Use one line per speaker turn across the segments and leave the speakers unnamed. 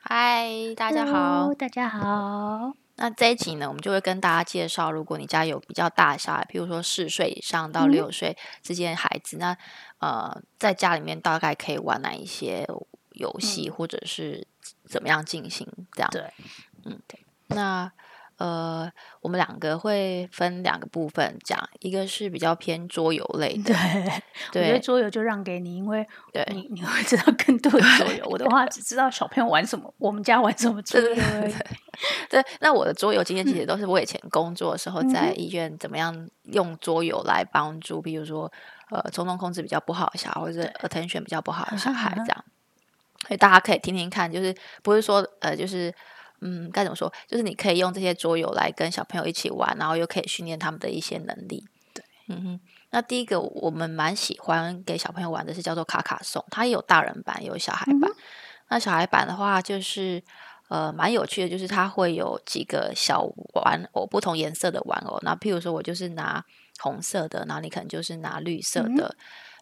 嗨，大家
Hello，
好。
大 家好。
那这一集呢，我们就会跟大家介绍，如果你家有比较大的小孩，譬如说四岁以上到
嗯
六岁之间的孩子，那呃，在家里面大概可以玩哪一些游戏，或者是怎么样进行这样？
嗯对，
嗯，对。那呃，我们两个会分两个部分讲，一个是比较偏桌游类的，
对，我觉得
对
桌游就让给你，因为
对
你你会知道更多的桌游。我的话只知道小朋友玩什么，我们家玩什么桌
对
游
对
而已。
对，那我的桌游经验其 实都是我以前工作的时候在
嗯
医院怎么样用桌游来帮助，比如说呃冲动控制比较不好的小孩，或者是 attention 比较不好的小
嗯哼
孩
嗯哼
这样。所以大家可以听听看，就是不是说呃就是嗯该怎么说，就是你可以用这些桌游来跟小朋友一起玩，然后又可以训练他们的一些能力。
对，
嗯哼。那第一个我们蛮喜欢给小朋友玩的是叫做卡卡颂，它也有大人版，也有小孩
嗯
版。那小孩版的话，就是呃蛮有趣的，就是它会有几个小玩偶，不同颜色的玩偶。那譬如说我就是拿红色的，然后你可能就是拿绿色
嗯哼嗯
的。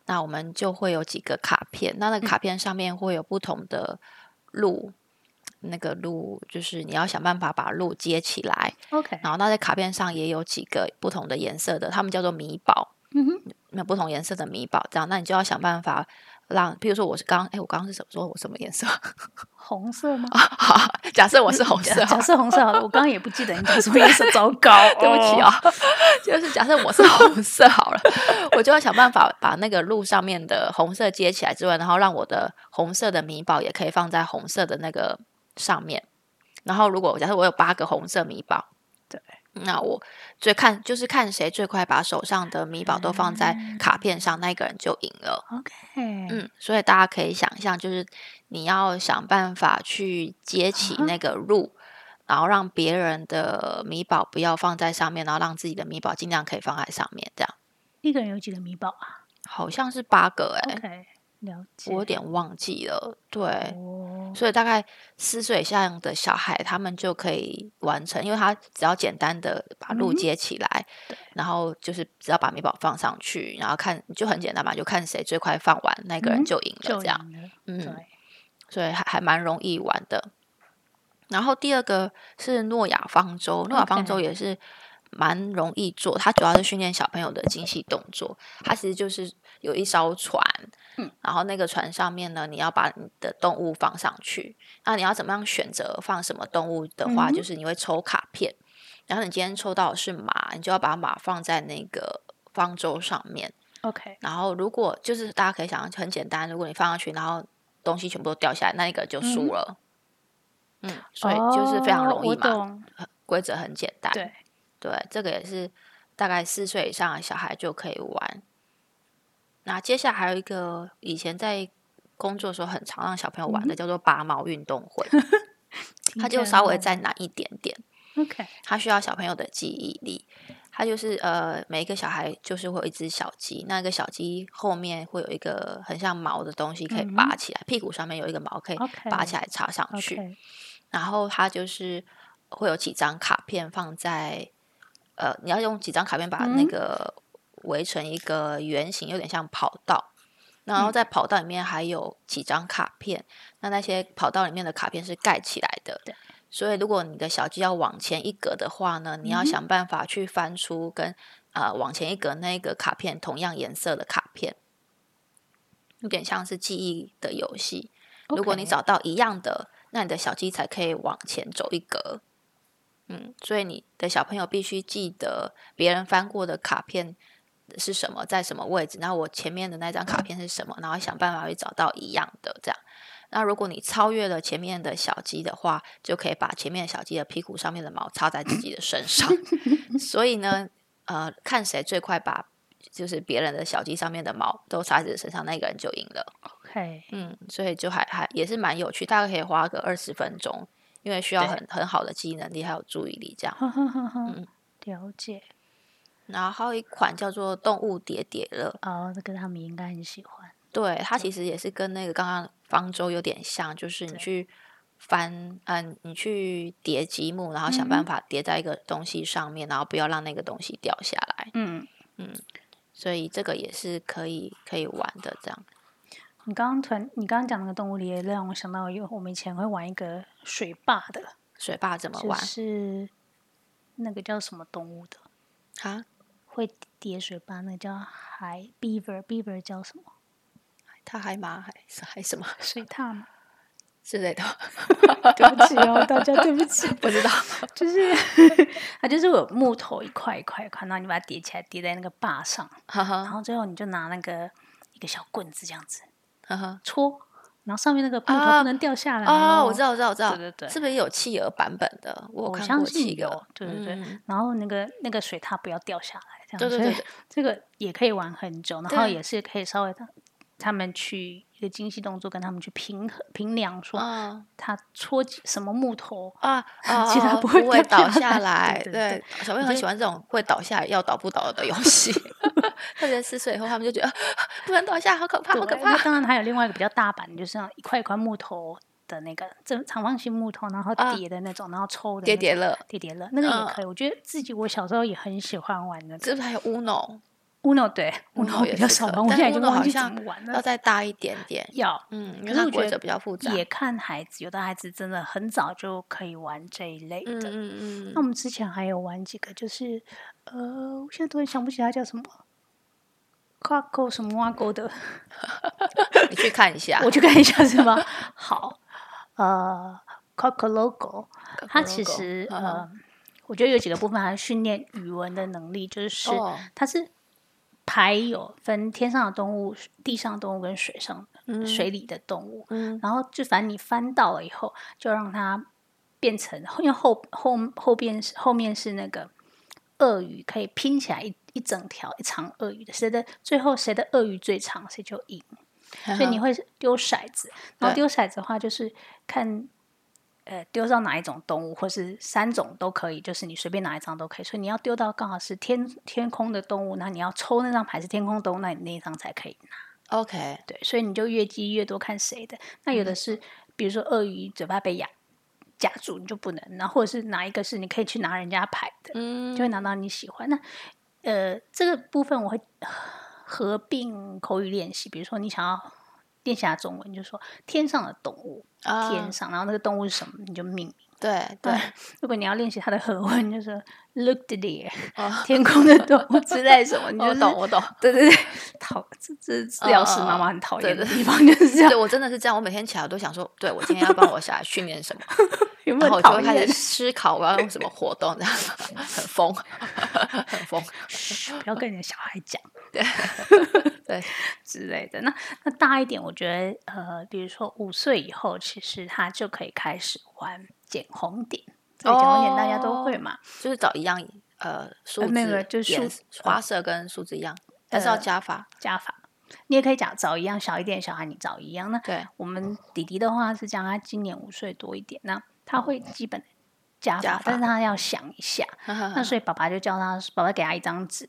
那我们就会有几个卡片，那那个卡片上面会有不同的路。那个路就是你要想办法把路接起来，
OK，
然后那在卡片上也有几个不同的颜色的，它们叫做米宝。
嗯哼，
那不同颜色的米宝，这样，那你就要想办法让，譬如说我是刚，哎，我刚刚是什么说我什么颜色？
红色吗？
好，假设我是 红色好
假假
了，
设红色好了，我刚刚也不记得你讲什么颜 色，糟糕，
对不起
哦。
啊、 就是假设我是红色好了，我就要想办法把那个路上面的红色接起来之外，然后让我的红色的米宝也可以放在红色的那个上面。然后如果假设我有八个红色米宝，
对，
那我最看就是看谁最快把手上的米宝都放在
嗯
卡片上，那一个人就赢了。
OK，
嗯，所以大家可以想象，就是你要想办法去接起
啊哈
那个路，然后让别人的米宝不要放在上面，然后让自己的米宝尽量可以放在上面。这样
一个人有几个米宝啊
好像是八个哎、
？OK，了解。
我有点忘记了。对，
哦，
所以大概四岁以上的小孩，他们就可以完成，因为他只要简单的把路
嗯哼
接起来，
对
然后就是只要把米宝放上去，然后看就很简单嘛，就看谁最快放完，那个
嗯
人
哼
就赢了。
就
这样，
赢了。对
嗯。所以还还蛮容易玩的。然后第二个是诺亚方舟，诺亚方舟
OK
也是蛮容易做，它主要是训练小朋友的精细动作。它其实就是有一艘船，
嗯，
然后那个船上面呢，你要把你的动物放上去。那你要怎么样选择放什么动物的话，
嗯哼
就是你会抽卡片，然后你今天抽到的是马，你就要把马放在那个方舟上面。
OK，
然后如果就是大家可以想象很简单，如果你放上去，然后东西全部都掉下来，那一个就
嗯
输了。嗯所以就是非常
哦
容易
我
嘛，哎
懂。
规则很简单。
对，
对这个也是大概四岁以上的小孩就可以玩。那接下来还有一个以前在工作的时候很常让小
嗯
朋友玩的，叫做拔毛运动 会，它就稍微再
在
难一点点。
OK，
它需要小朋友的记忆力。它就是呃，每一个小孩就是会有一只小鸡，那个小鸡后面会有一个很像毛的东西可以
嗯
拔起来，屁股上面有一个毛可以
OK
拔起来插上去。
OK，
然后它就是会有几张卡片放在呃，你要用几张卡片把那
嗯
个围成一个圆形，有点像跑道。然后
嗯
在跑道里面还有几张卡片，那那些跑道里面的卡片是盖起来的
对。
所以，如果你的小鸡要往前一格的话呢，你要
嗯哼
想办法去翻出跟呃往前一格那个卡片同样颜色的卡片，有点像是记忆的游戏。如果你
OK
找到一样的，那你的小鸡才可以往前走一格。嗯，所以你的小朋友必须记得别人翻过的卡片是什么，在什么位置，然后我前面的那张卡片是什么，然后想办法去找到一样的这样。那如果你超越了前面的小鸡的话，就可以把前面的小鸡的屁股上面的毛插在自己的身上。 所以呢，呃，看谁最快把就是别人的小鸡上面的毛都插在自己的身上，那个人就赢了。
OK，
嗯，所以就还还也是蛮有趣，大概可以花个二十分钟，因为需要
对
很很好的记忆能力还有注意力这 样。
哈哈哈哈
嗯，
了解
然后还有一款叫做动物叠叠乐，
哦，这个他们应该很喜欢。
对，它其实也是跟那个刚刚方舟有点像，就是你
对
去翻，嗯、你去叠积木，然后想
嗯
办法叠在一个东西上面，然后不要让那个东西掉下来。
嗯，
所以这个也是可以可以玩的这样。
你刚刚突然，你刚刚讲那个动物里也让我想到，有我们以前会玩一个水坝的，
水坝怎么
就
玩
是那个叫什么动物的，
啊？
会叠水坝，那个叫海 beaver，beaver 叫什么？
他海马还还什么
水獭吗？
之类的，
对不起哦，大家对不起，
不知道。
就是 它就是有木头一块一块一块，然后你把它叠起来，叠在那个坝上，
哈哈
然后最后你就拿那个一个小棍子这样子
哈哈。
戳，然后上面那个木头
啊
不能掉下来
哦，
哦
我知道，我知道，我知道，
对对对
是不是有企鹅版本的？我有
我
看
相
过
信
企鹅
有，对对对
嗯
然后那个那个水它不要掉下来，这
对
样
对对
所以
对
这个也可以玩很久，然
对
后也是可以稍微他他们去一个精细动作跟他们去平衡平量说
嗯
他戳几什么木 头，
啊啊，
其他
不
不会掉
倒
下
下
来
来。
对对
对，小朋友很喜欢这种会倒下来要倒不倒的游戏。 特别四岁以后，他们就觉得啊不能倒下，好可怕，啊好可
对，
怕
那。当然还有另外一个比较大版，就是那种一块一块木头的那个正长方形木头，然后
啊
叠的那种，然后抽的
叠
那
叠
种
乐，
叠叠乐，那个
嗯
也可以。我觉得自己我小时候也很喜欢玩那个
是不是还有 Uno？
Uno，对
Uno
我
也
比较
是
少
可以
玩，我
但
现在已经
Uno
忘
好
记怎
像
么玩
要
了。
再大一点点。
要，
嗯，因
可
为
是
它
我觉
规则
得
比较复杂。
也看孩子，有的孩子真的很早就可以玩这一类
嗯
的。
嗯
那我
嗯，
们之前还有玩几个，就是呃，我现在突然想不起它叫什么，挂钩什么 挂钩的，
你去看一下。
我去看一下是吗？好，呃 c o c k logo，它其
Coco Loco，
实
嗯
呃，我觉得有几个部分还训练语文的能力，就是
哦
它是牌有分天上的动物、地上的动物跟水上
嗯
水里的动物，
嗯
然后就反正你翻到了以后，就让它变成，因为后后后边是后面是那个鳄鱼，可以拼起来一一整条一长鳄鱼的，谁的最后谁的鳄鱼最长，谁就赢。所以你会丢骰子，然后
对
丢骰子的话就是看，呃，丢到哪一种动物，或是三种都可以，就是你随便哪一张都可以。所以你要丢到刚好是天天空的动物，那你要抽那张牌是天空动物，那你那一张才可以拿。
OK，
对，所以你就越积越多，看谁的。
嗯
那有的是，比如说鳄鱼嘴巴被压夹住，你就不能；然后或者是哪一个是你可以去拿人家牌的，
嗯
就会拿到你喜欢。那呃，这个部分我会呃合并口语练习，比如说你想要练习下中文，你就说天上的动物，
啊，
天上，然后那个动物是什么，你就命名。
对对，
如果你要练习它的和文，你就说 look at the air，、
哦
天空的动物之类什么，你嗯就
我
是
懂我懂。
对对对，讨这这治疗师妈妈很讨厌
嗯
的
嗯嗯
地方就是这样
对，我真的是这样，我每天起来我都想说，对我今天要帮我小孩训练 什么，
有没
然后
有
我就
讨
会开
厌
始？思考我要用什么活动，这样很疯，很疯。
嘘不要跟你的小孩讲
对，
之类的。那那大一点，我觉得呃，比如说五岁以后，其实他就可以开始玩剪红点。这个剪红点大家都会嘛，
就是找一样呃数
呃
字
没有
颜
没有
色，
就是数
花色跟数字一样，但是要
呃
加法。
加法。你也可以讲找一样小一点的小孩，你找一样。那
对，
我们弟弟的话是讲他今年五岁多一点，那他会基本的加法，
加法
但是他要想一下。 那所以爸爸就叫他，爸爸给他一张纸，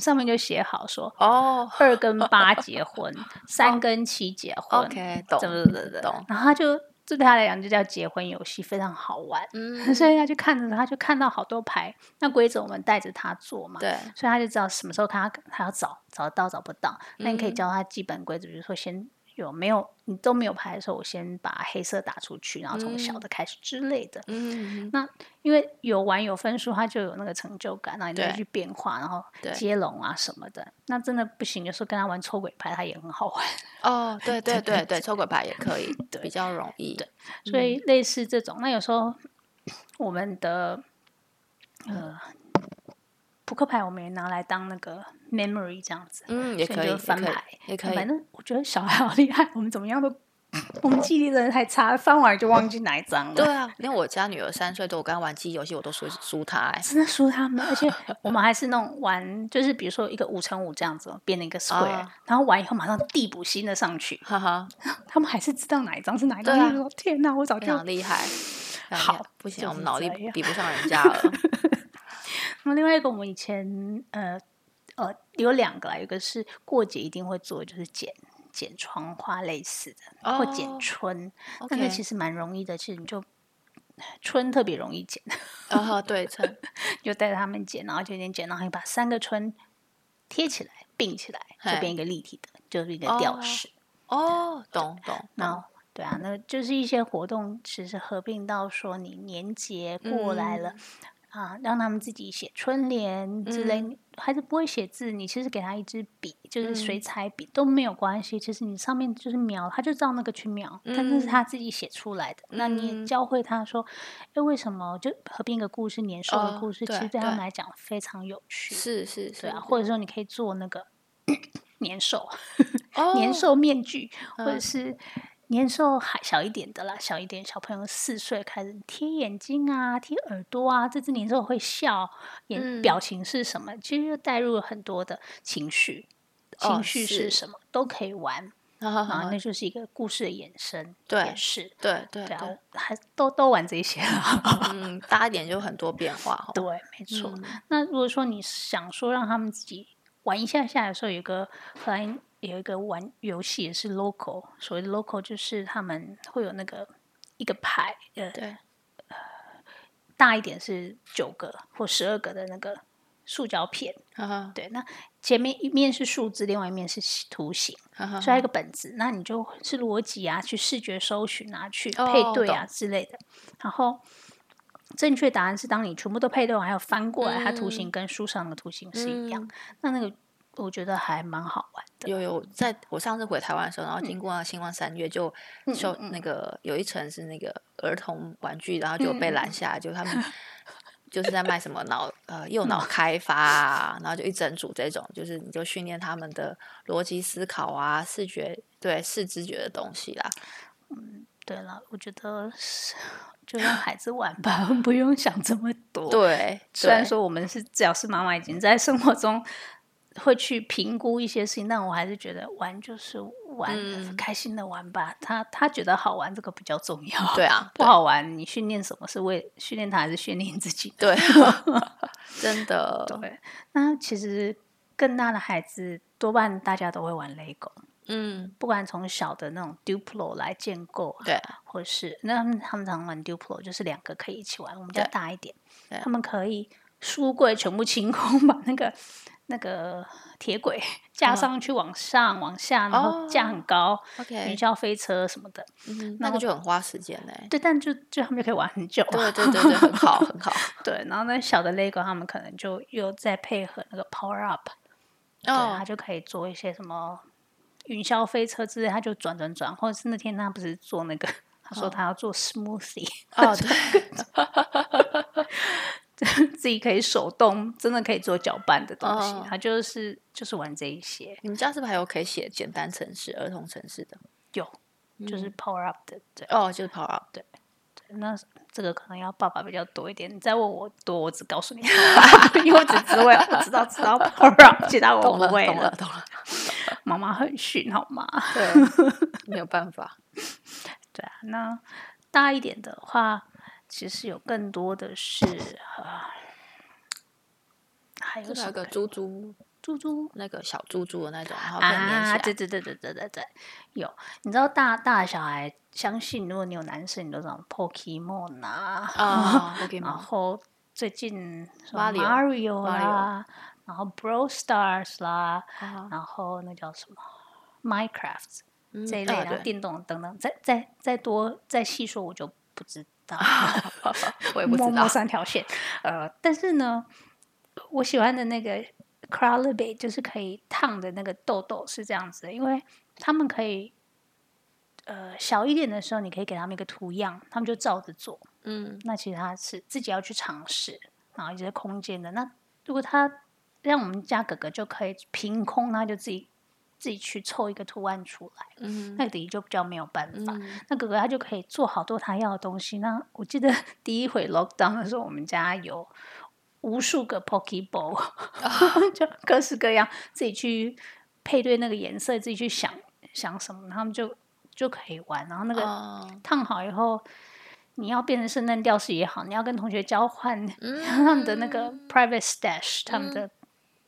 上面就写好说
哦
二跟八 结婚，三跟七结婚。
，OK，懂
怎么
懂懂懂，
然后他就这对他来讲就叫结婚游戏，非常好玩。
嗯，
所以他就看着，他就看到好多牌，那规则我们带着他做嘛，
对，
所以他就知道什么时候他他要找，找得到找不到。那你可以
嗯
教他基本规则，比如说先有没有你都没有牌的时候，我先把黑色打出去，然后从小的开始之类的。
嗯，
那因为有玩有分数，他就有那个成就感，然后你就
对
去变化，然后
对
接龙啊什么的。那真的不行，有时候跟他玩抽鬼牌，他也很好玩。
哦，对对对对，抽鬼牌也可以
对，
比较容易。
所以类似这种，那有时候我们的呃扑克牌，我们也拿来当那个 memory 这样子，
嗯，也
所
可以，
就
也
翻
可以
牌，
也可以
反。正我觉得小孩好厉害，我们怎么样都， 我们记忆力真的太差，翻完就忘记哪一张了。
对啊，连我家女儿三岁多，我跟她玩记忆游戏，我都输输她 哎、
真的输他们，而且我们还是那种玩，就是比如说一个五乘五这样子哦变成一个 square，、
啊
然后玩以后马上递补新的上去，
哈哈，
他们还是知道哪一张是哪一张。
对啊啊
就说天哪，我早
非
就
常厉 害。非常厉害
好
不行，
就
我们
是
脑力
这样
比不上人家 了。
那另外一个，我们以前呃呃有两个啦，有一个是过节一定会做，就是剪剪窗花类似的，或剪
哦
春，那个
OK，
其实蛮容易的，其实你就。春特别容易剪，
啊哈，对称，
就带着他们剪，然后就点剪，然后你把三个春贴起来、并起来，就
嘿
变一个立体的，就是一个
哦
吊饰。
哦，懂懂，
然后对啊，那就是一些活动，其实合并到说你年节过来
嗯
了。啊，让他们自己写春联之类，
嗯
孩子不会写字，你其实给他一支笔，就是水
嗯
彩笔、都没有关系。其实你上面就是描，他就照那个去描，但那
嗯
是他自己写出来的。那你也教会他说，哎，为什么就合并一个故事，年兽的
哦
故事，其
对
实对他们
对
来讲非常有趣。
是是是，
对啊，或者说你可以做那个 年兽，
哦嗯
年兽面具，或者是年兽还小一点的啦，小一点小朋友四岁开始贴眼睛啊，贴耳朵啊，这只年兽会笑，眼、
嗯
表情是什么，其实就带入了很多的情绪，情
哦
绪是
是
什么、都可以玩
好好
啊，
好，
那就是一个故事的延伸，
对
也是。
对对
对啊
对，，
还都都玩这些了。
嗯，大一点就很多变化哦，
对，没错。那如果说你想说让他们自己玩一下下的时候，有个荷兰有一个玩游戏也是 local，所谓的 local 就是他们会有那个一个牌，呃，
对，
大一点是九个或十二个的那个塑胶片，
哈哈
对，那前面一面是数字，另外一面是图形，
哈哈，
所以它一个本子，那你就是逻辑啊，去视觉搜寻啊，去配
哦
对
懂
啊之类的。然后正确答案是，当你全部都配对完，还有翻过来，它图
嗯
形跟书上的图形是一样。
嗯
那那个我觉得还蛮好玩的。嗯
有有，在我上次回台湾的时候，然后经过那星光三月，就就那个有一层是那个儿童玩具，然后就
嗯
被拦下来，就他 们就是在卖什么脑呃右脑
嗯
开发啊，然后就一整组这种，就是你就训练他们的逻辑思考啊、视觉对视知觉的东西啦。
对了，我觉得是就让孩子玩吧， 不用想这么多。
对，
虽然
对
说我们是只要是妈妈已经在生活中会去评估一些事情，但我还是觉得玩就是玩，
嗯
开心的玩吧。他他觉得好玩，这个比较重要。
对啊
不
对
好玩，你训练什么是为训练他还是训练自己？
对， 真 的，
对，那其实更大的孩子多半大家都会玩 LEGO，
嗯，
不管从小的那种 Duplo 来建构啊，
对，
或是那他们他们常玩 Duplo，就是两个可以一起玩，我们家
对
大一点
对，
他们可以书柜全部清空， 把那个那个铁轨
嗯
架上去，往上、往下，然后架很高，
哦，OK，
云霄飞车什么的。
嗯
然
那
后
个就很花时间 嘞、
对，但就就他们就可以玩很久啊。
对对对对，很好很好。
对，然后那小的 LEGO 他们可能就又再配合那个 Power Up，对，啊他
哦，
就可以做一些什么云霄飞车之类，他就转转转，或者是那天他不是做那个，他
嗯
说他要做 smoothie，、
哦，对，
自己可以手动，真的可以做搅拌的东西，
哦
他就是就是玩这一些，
你们家是不是还有可以写简单程式、儿童程式的？
有
嗯
就是 power up 的，对
哦，就是 Power Up。
对，那这个可能要爸爸比较多一点，你再问我多，我只告诉你，因为我只只会我知道知道 power up，其他我
懂
不
了，
会
懂了，懂 了。
妈妈很训好吗？
对， 没有办 法。
对啊，那大一点的话，其实有更多的是呃，还有
就是
什
还有
么
个
可以
猪猪，
猪猪
那个小猪猪的那种，然后可以
啊，
粘起
对
来。
对对对对对对，有。你知道大大的小孩，相信如果你有男生，你都知道 Pokemon 啊，
啊
然
，Pokemon，
后最近什么
Mario
Mario
Mario
啦，然后 Brawl Stars 啦，
啊
然后那叫什么 Minecraft
嗯
这一类，
啊
然后
对，
电动等等，再再再多再细说我就不知 道。
我也不
摸
知
摸
道。
三条线。呃，但是呢，我喜欢的那个 c r o w l e b a y 就是可以烫的那个痘痘是这样子的，因为他们可以，呃，小一点的时候你可以给他们一个图样，他们就照着做。
嗯，
那其实他是自己要去尝试，然后一些空间的。那如果他让我们家哥哥就可以凭空，他就自己自己去凑一个图案出来，
嗯
那迪就比较没有办法。
嗯
那哥哥他就可以做好多他要的东西。那我记得 第一回 lockdown 的时候，我们家有无数个 Pokeball，、就
啊
各式各样，自己去配对那个颜色，自己去想想什么，然后他们就就可以玩。然后那个
哦，
烫好以后，你要变成圣诞吊饰也好，你要跟同学交换、
嗯
他们的那个 private stash，、他们的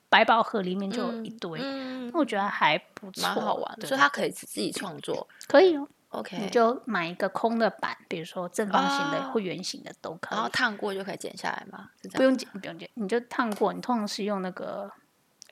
百宝盒里面就有一堆。
嗯
那，我觉得还不错，
蛮好玩的，
对
所以它可以自己创作。
可以哦。你
OK，
就买一个空的板，比如说正方形的
啊
或圆形的都可
然后
以，
哦烫过就可以剪下来嘛，是这
不
样。
用剪，不用剪，你就烫过。你通常是用那个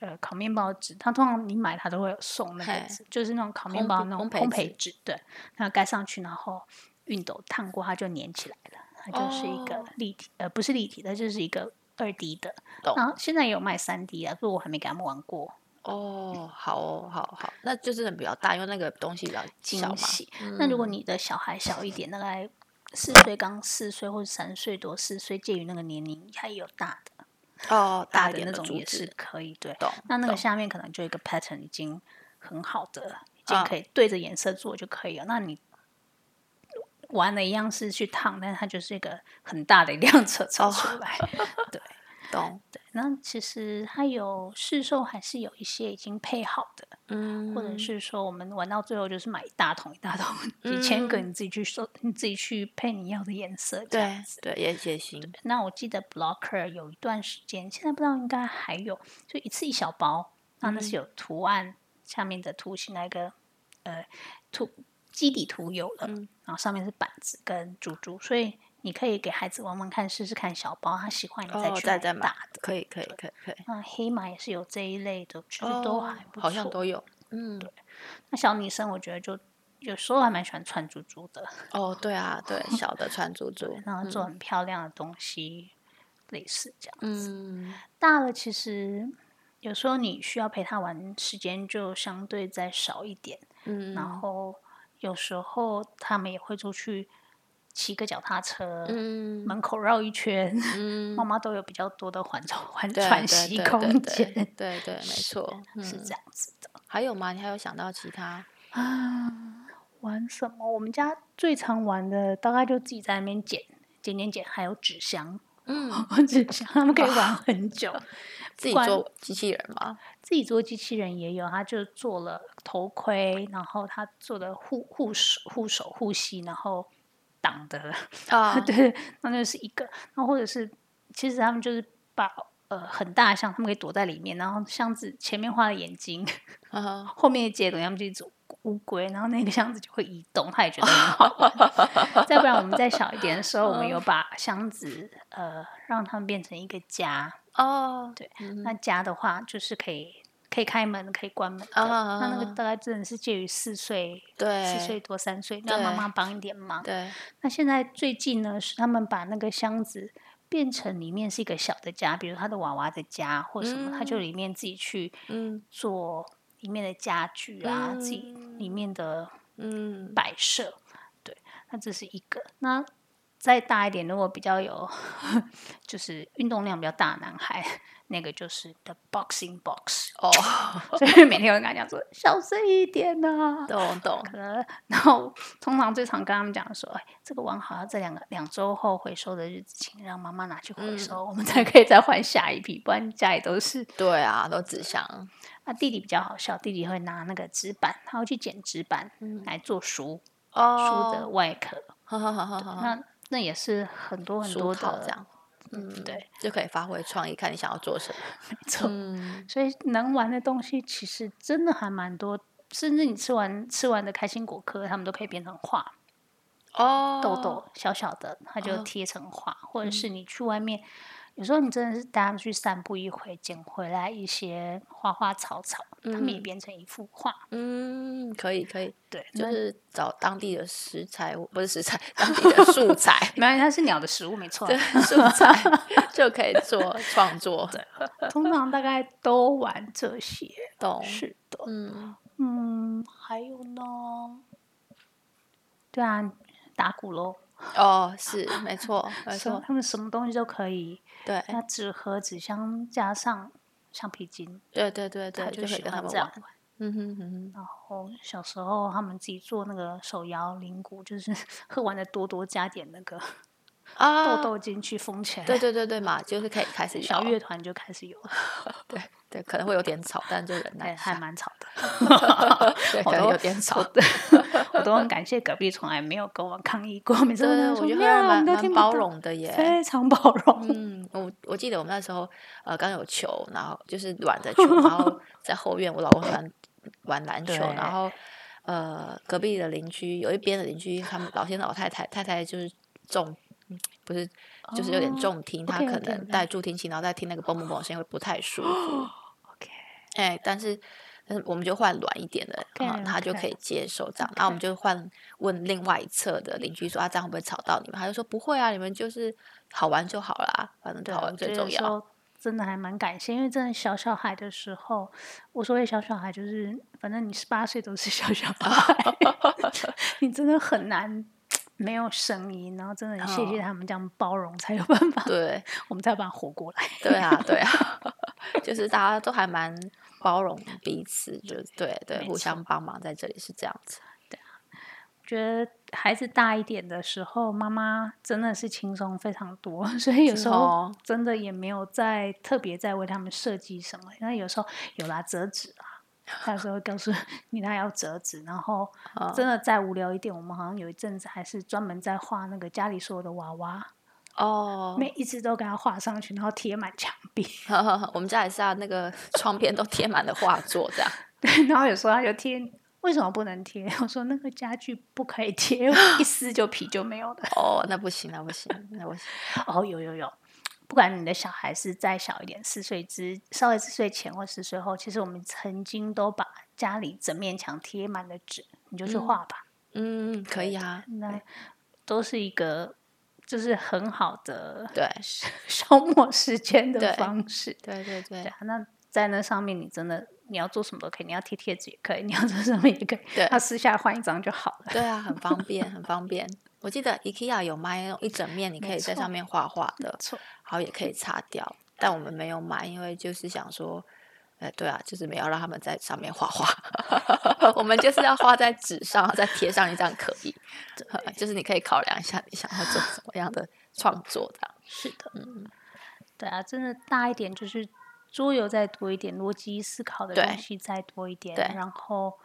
呃烤面包纸，它通常你买它都会有送那
嘿
个纸，就是那种烤面包
烘
那种
烘
烘
焙
焙纸，对，那盖上去，然后熨斗烫过它就粘起来了，它就是一个
哦
立体，呃，不是立体，它就是一个二 D 的。
懂
然后现在也有卖三 D 啊，不过我还没给他们玩过，
哦，好哦，好好，那就是比较大，因为那个东西比较小
惊
嘛。
喜。那如果
嗯
你的小孩小一点，大概四岁刚四岁或者三岁多四岁，介于那个年龄，它也有大的
哦，大
大
一
的
点
那
的
种
竹
也是
子，
可以对。
懂？
那那个
懂
下面可能就一个 pattern 已经很好的了，已经
嗯
可以对着颜色做就可以了。那你玩的一样是去烫，但是它就是一个很大的一辆车
哦
超出来。 对
懂，
对，那其实它有市售还是有一些已经配好的，
嗯，
或者是说我们玩到最后就是买一大桶一大桶，几千个
嗯
你自己去收，你自己去配你要的颜色这样
对
子。
对也也行，
那我记得 Blocker 有一段时间，现在不知道应该还有，就一次一小包，那
嗯
那是有图案下面的图形那个呃涂基底涂有了，
嗯
然后上面是板子跟珠珠，所以你可以给孩子玩玩看，试试看小包，他喜欢你再
哦，
去
再
买
再买
大的。，
可以可以可以可以，
那黑马也是有这一类的，其实都
哦
还不错。
好像都有，嗯，
那小女生我觉得就有时候还蛮喜欢穿珠珠的，
哦，对啊，对，小的穿珠珠，
然后做很漂亮的东西，类似这样。
嗯，
大了其实有时候你需要陪他玩时间就相对再少一点，
嗯
然后有时候他们也会出去骑个脚踏车，
嗯
门口绕一圈，
嗯，
妈妈都有比较多的缓冲缓
对
喘
对
息
对对
空
对
间，
对对，没
是
错，
是
嗯
这样子的。
还有吗？你还有想到其 他？
啊，玩什么？我们家最常玩的大概就自己在那边剪剪剪剪，还有纸箱，
嗯，
纸箱 他们可以玩很久。
自己
管
做机器人 吗？
自己做机器人也有，他就做了头盔，然后他做的护护手护手护膝，然后挡的，
啊
对，那就是一个。那或者是其实他们就是把。呃，很大的箱，他们可以躲在里面，然后箱子前面画了眼睛，
呵呵
后面接的东西，他们就一只乌龟，然后那个箱子就会移动，他也觉得 很好玩。再不然，我们再小一点的时候，我们有把箱子呃，让他们变成一个家。
哦，
对，那家的话就是可以可以开门，可以关门的。
啊啊啊
那那个
啊
大概真的是介于四岁。
对，
四岁多三岁，让妈
对
妈帮一点忙。
对，
那现在最近呢，是他们把那个箱子变成里面是一个小的家，比如他的娃娃的家或什么，他就里面自己去
嗯
做里面的家具啊，自己里面的
嗯，
摆设。对，那这是一个。那再大一点，如果比较有 就是运动量比较大的男孩，那个就是 the boxing box。
哦，
所以每天我跟他讲说小声一点呐、
懂懂，
可能，然后通常最常跟他们讲说，哎，这个玩好要这两个两周后回收的日子，请让妈妈拿去回收，我们才可以再换下一批，不然家里都是
对啊，都纸箱，
那弟弟比较好笑，弟弟会拿那个纸板，他会去剪纸板来做书、书的
哦，
外壳。
好好好好好，
那那也是很多很
书
多
套
嗯的
这，样
嗯，对，
就可以发挥创意，看你想要做什么。
没错。
嗯，
所以能玩的东西其实真的还蛮多，甚至你吃完吃完的开心果颗，他们都可以变成画
哦，
豆豆，小小的，它就贴成画，或者是你去外面。有时候你真的是带他们去散步一回，捡回来一些花花草草，他们也变成一幅画。
嗯，可以可以，
对，
就
那，
是找当地的食材，不是食材，当地 的素材
没有，它是鸟的食物，没错啊。
对， 素 材就可以做创作，
通常大概都玩这些。
懂？
是的，
嗯，
嗯，还有呢？对啊，打鼓喽，
哦，是没错没
什么
错，
他们什么东西都可以。
对
那纸盒、纸箱加上橡皮筋，
对对对
他
对，就可以
喜
跟他
欢
们
这样
玩。
玩。
嗯哼嗯
然后小时候他们自己做那个手摇铃鼓，就是 喝完的多多加点那个
哼，啊，
豆豆精去封起来。
对对对对嘛，就是可以开始
小
摇
乐团就开始有了，
对对，可能会有点吵，但就忍耐
对，
一
还
下。
蛮吵的。
对，可
我
能
都
有点吵。
我 都很感谢隔壁从来没有跟我抗议过，每次
对，
问他
我
说
觉得
没有
还
啊，
蛮
你都
蛮
听不
包
到，
容的耶。
非常包 容。
嗯，我我记得我们那时候呃刚有球，然后就是软的球，然 后在后院，我老公喜欢玩篮球，
对
然后呃隔壁的邻居有一边的邻居，他们老先生老太太太太就是重。嗯不是，就是有点
哦
重听，她
OK，
可
OK，
能
OK
带助听器，然后再听那个嘣嘣嘣的声音会不太舒服。
OK，
哎，但是但是我们就换软一点的，
OK，
然后他就
OK
可以接受这样。然后我们就换问另外一侧的邻居说啊，这样会不会吵到你们？他就说不会啊，你们就是好玩就好啦，反正
对，
好
我
玩
觉得
最
有
重
时
要。
候真的还蛮感谢，因为真的小小孩的时候，我所谓小小孩就是，反正你十八岁都是小小孩， 你真的很难没有声音，然后真的很谢谢
哦
他们这样包容，才有办法，
对
我们才把它活过来。
对啊， 对啊，就是大家都还蛮包容彼此，就是对对，
没
互
错
相帮忙，在这里是这样子。
觉得孩子大一点的时候，妈妈真的是轻松非常多， 所以有
是
时候
哦
真的也没有在特别在为他们设计什么。那有时候有啦折纸啊，他有时候会告诉 你他要折纸，然后
嗯
真的再无聊一点，我们好像有一阵子还是专门在画那个家里所有的娃娃，
哦，
每一只都给它画上去，然后贴满墙壁。
我们家也是啊，那个 窗边都贴满了画作，这样。
对，然后有时候他就贴，为什么不能贴？ 我说那个家具不可以贴， 一撕就皮就没有了。
哦，那不行，那不行，那不行。
哦，有有有，不管你的小孩是再小一点，四岁之稍微四岁前或四岁后，其实我们曾经都把家里整面墙贴满了纸，你就去
嗯
画吧，
嗯，可以啊。
那都是一个就是很好的
对
消磨时间的
对
方式。
对对对
对啊，那在那上面你真的你要做什么都可以，你要贴贴纸也可以，你要做什么也可以，
对
那私下换一张就好 了。
对啊，很方便， 很方便。我记得 IKEA 有卖那种一整面，你可
没
以在
错
上面画画
没
的，
错，
然后也可以擦掉。但我们没有买，因为就是想说，呃，对啊，就是没有让他们在上面画 画，我们就是要画在纸上，再贴上一张可以。 就是你可以考量一下，你想要做什么样的创作这样。
是的，对啊，真的大一点就是桌游再多一点，逻辑思考的
对
东西再多一点
对，
然后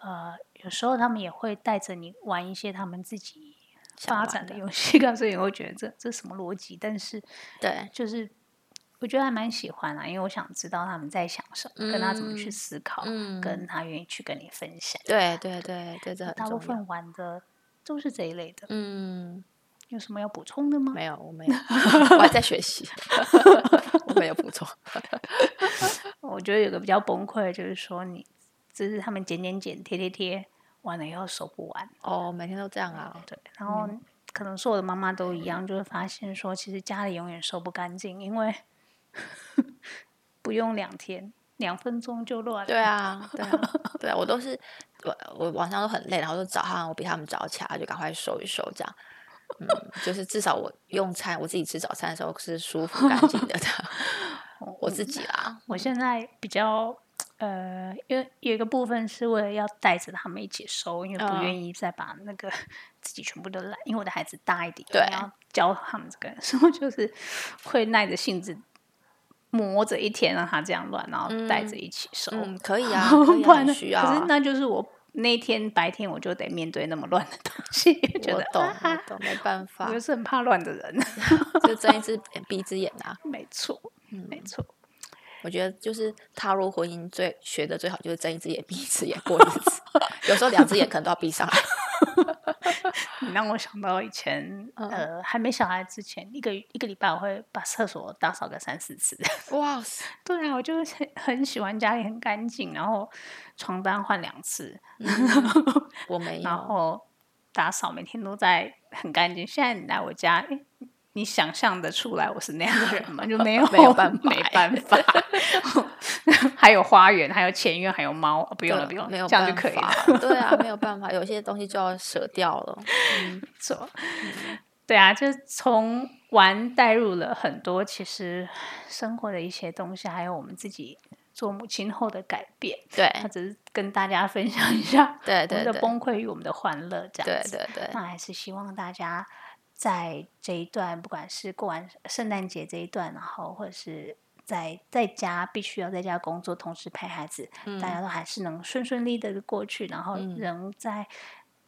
呃，有时候他们也会带着你玩一些他们自己
想
发
玩
展的
的
游戏， 告诉你会觉得这这什么逻辑，但是
对，
就是我觉得还蛮喜欢啊，因为我想知道他们在想什么，跟他怎么去
嗯
思考，
嗯
跟他愿意去跟你分享。
对对对对，这很
大部
重要。
分玩的都是这一类的，
嗯。
有什么要补充的吗？
没有，我没有， 我还在学习， 我没有补 充。
我觉得有个比较崩溃，的就是说你，就是他们剪剪剪、贴贴贴，完了以后手不完，
哦，每天都这样啊，
对，然后可能是我的妈妈都一样，就会发现说，其实家里永远收不干净，因为 不用两天，两分钟就乱了。
对啊，对 啊，对啊，我都是我我晚上都很累，然后就早上我比他们早起来，就赶快收一收这样。嗯，就是至少我用餐，我自己吃早餐的时候是舒服干净的这样
我，
我自己啦，
我现在比较。呃，因为有一个部分是为了要带着他们一起收，因为不
嗯
愿意再把那个自己全部都揽，因为我的孩子大一点，
对
要教他们这个， 所以我就是会耐着性子磨着一天让他这样乱，然后带着一起收。
嗯，可以啊，可以
哦不
啊，
然呢
很需要
可
啊
是。那就是我那天白天我就得面对那么乱的东西， 觉
我
得
懂，我
啊
懂，没办法
我，就是很怕乱的人。
就睁一只眼闭一只眼啊。
没错，
嗯
没错，
我觉得就是踏入婚姻最学的最好就是睁一只眼闭一只眼过日子， 有时候两只眼可能都要闭上来。
你让我想到以前，呃，还没小孩之前，一个一个礼拜我会把厕所打扫个三四次。
哇塞，
对啊，我就是很很喜欢家里很干净，然后床单换两次，
嗯我没
然
有，
后打扫每天都在很干净。现在你来我家，诶你想象得出来我是那样的人吗？就 没有
没有办法
没办法。欸 还有花园，还有前院，还有猫，啊不
不
用了，不用了，
没有
这样
办
就可以了。
法，对啊，没有办法，有些东西就要舍掉了。
做。
嗯
对啊，就是从玩带入了很多其实生活的一些东西，还有我们自己做母亲后的改变。
对
那只是跟大家分享一下
哎对
我
对
们的
对
崩溃与我们的欢乐这
对
样子。
对对
那还是希望大家在这一段，不管是过完圣诞节这一段，然后或者是在在家必须要在家工作，同时陪孩子，大
嗯
家都还是能顺顺利的过去，然后能在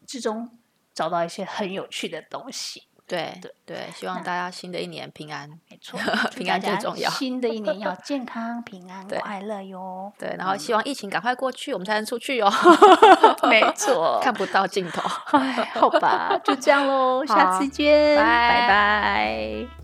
之中找到一些很有趣的东西。
对对，希望大家新的一年平安。，
没错 祝
平
大
安最
家
重要
新的一 年要健康、平安、
对
快乐哟。
对，然后希望疫情赶快过去，我们才能出去 哦。
没错
看不到尽头。
哎，好吧，就这样喽，下
好
次见，
拜
拜拜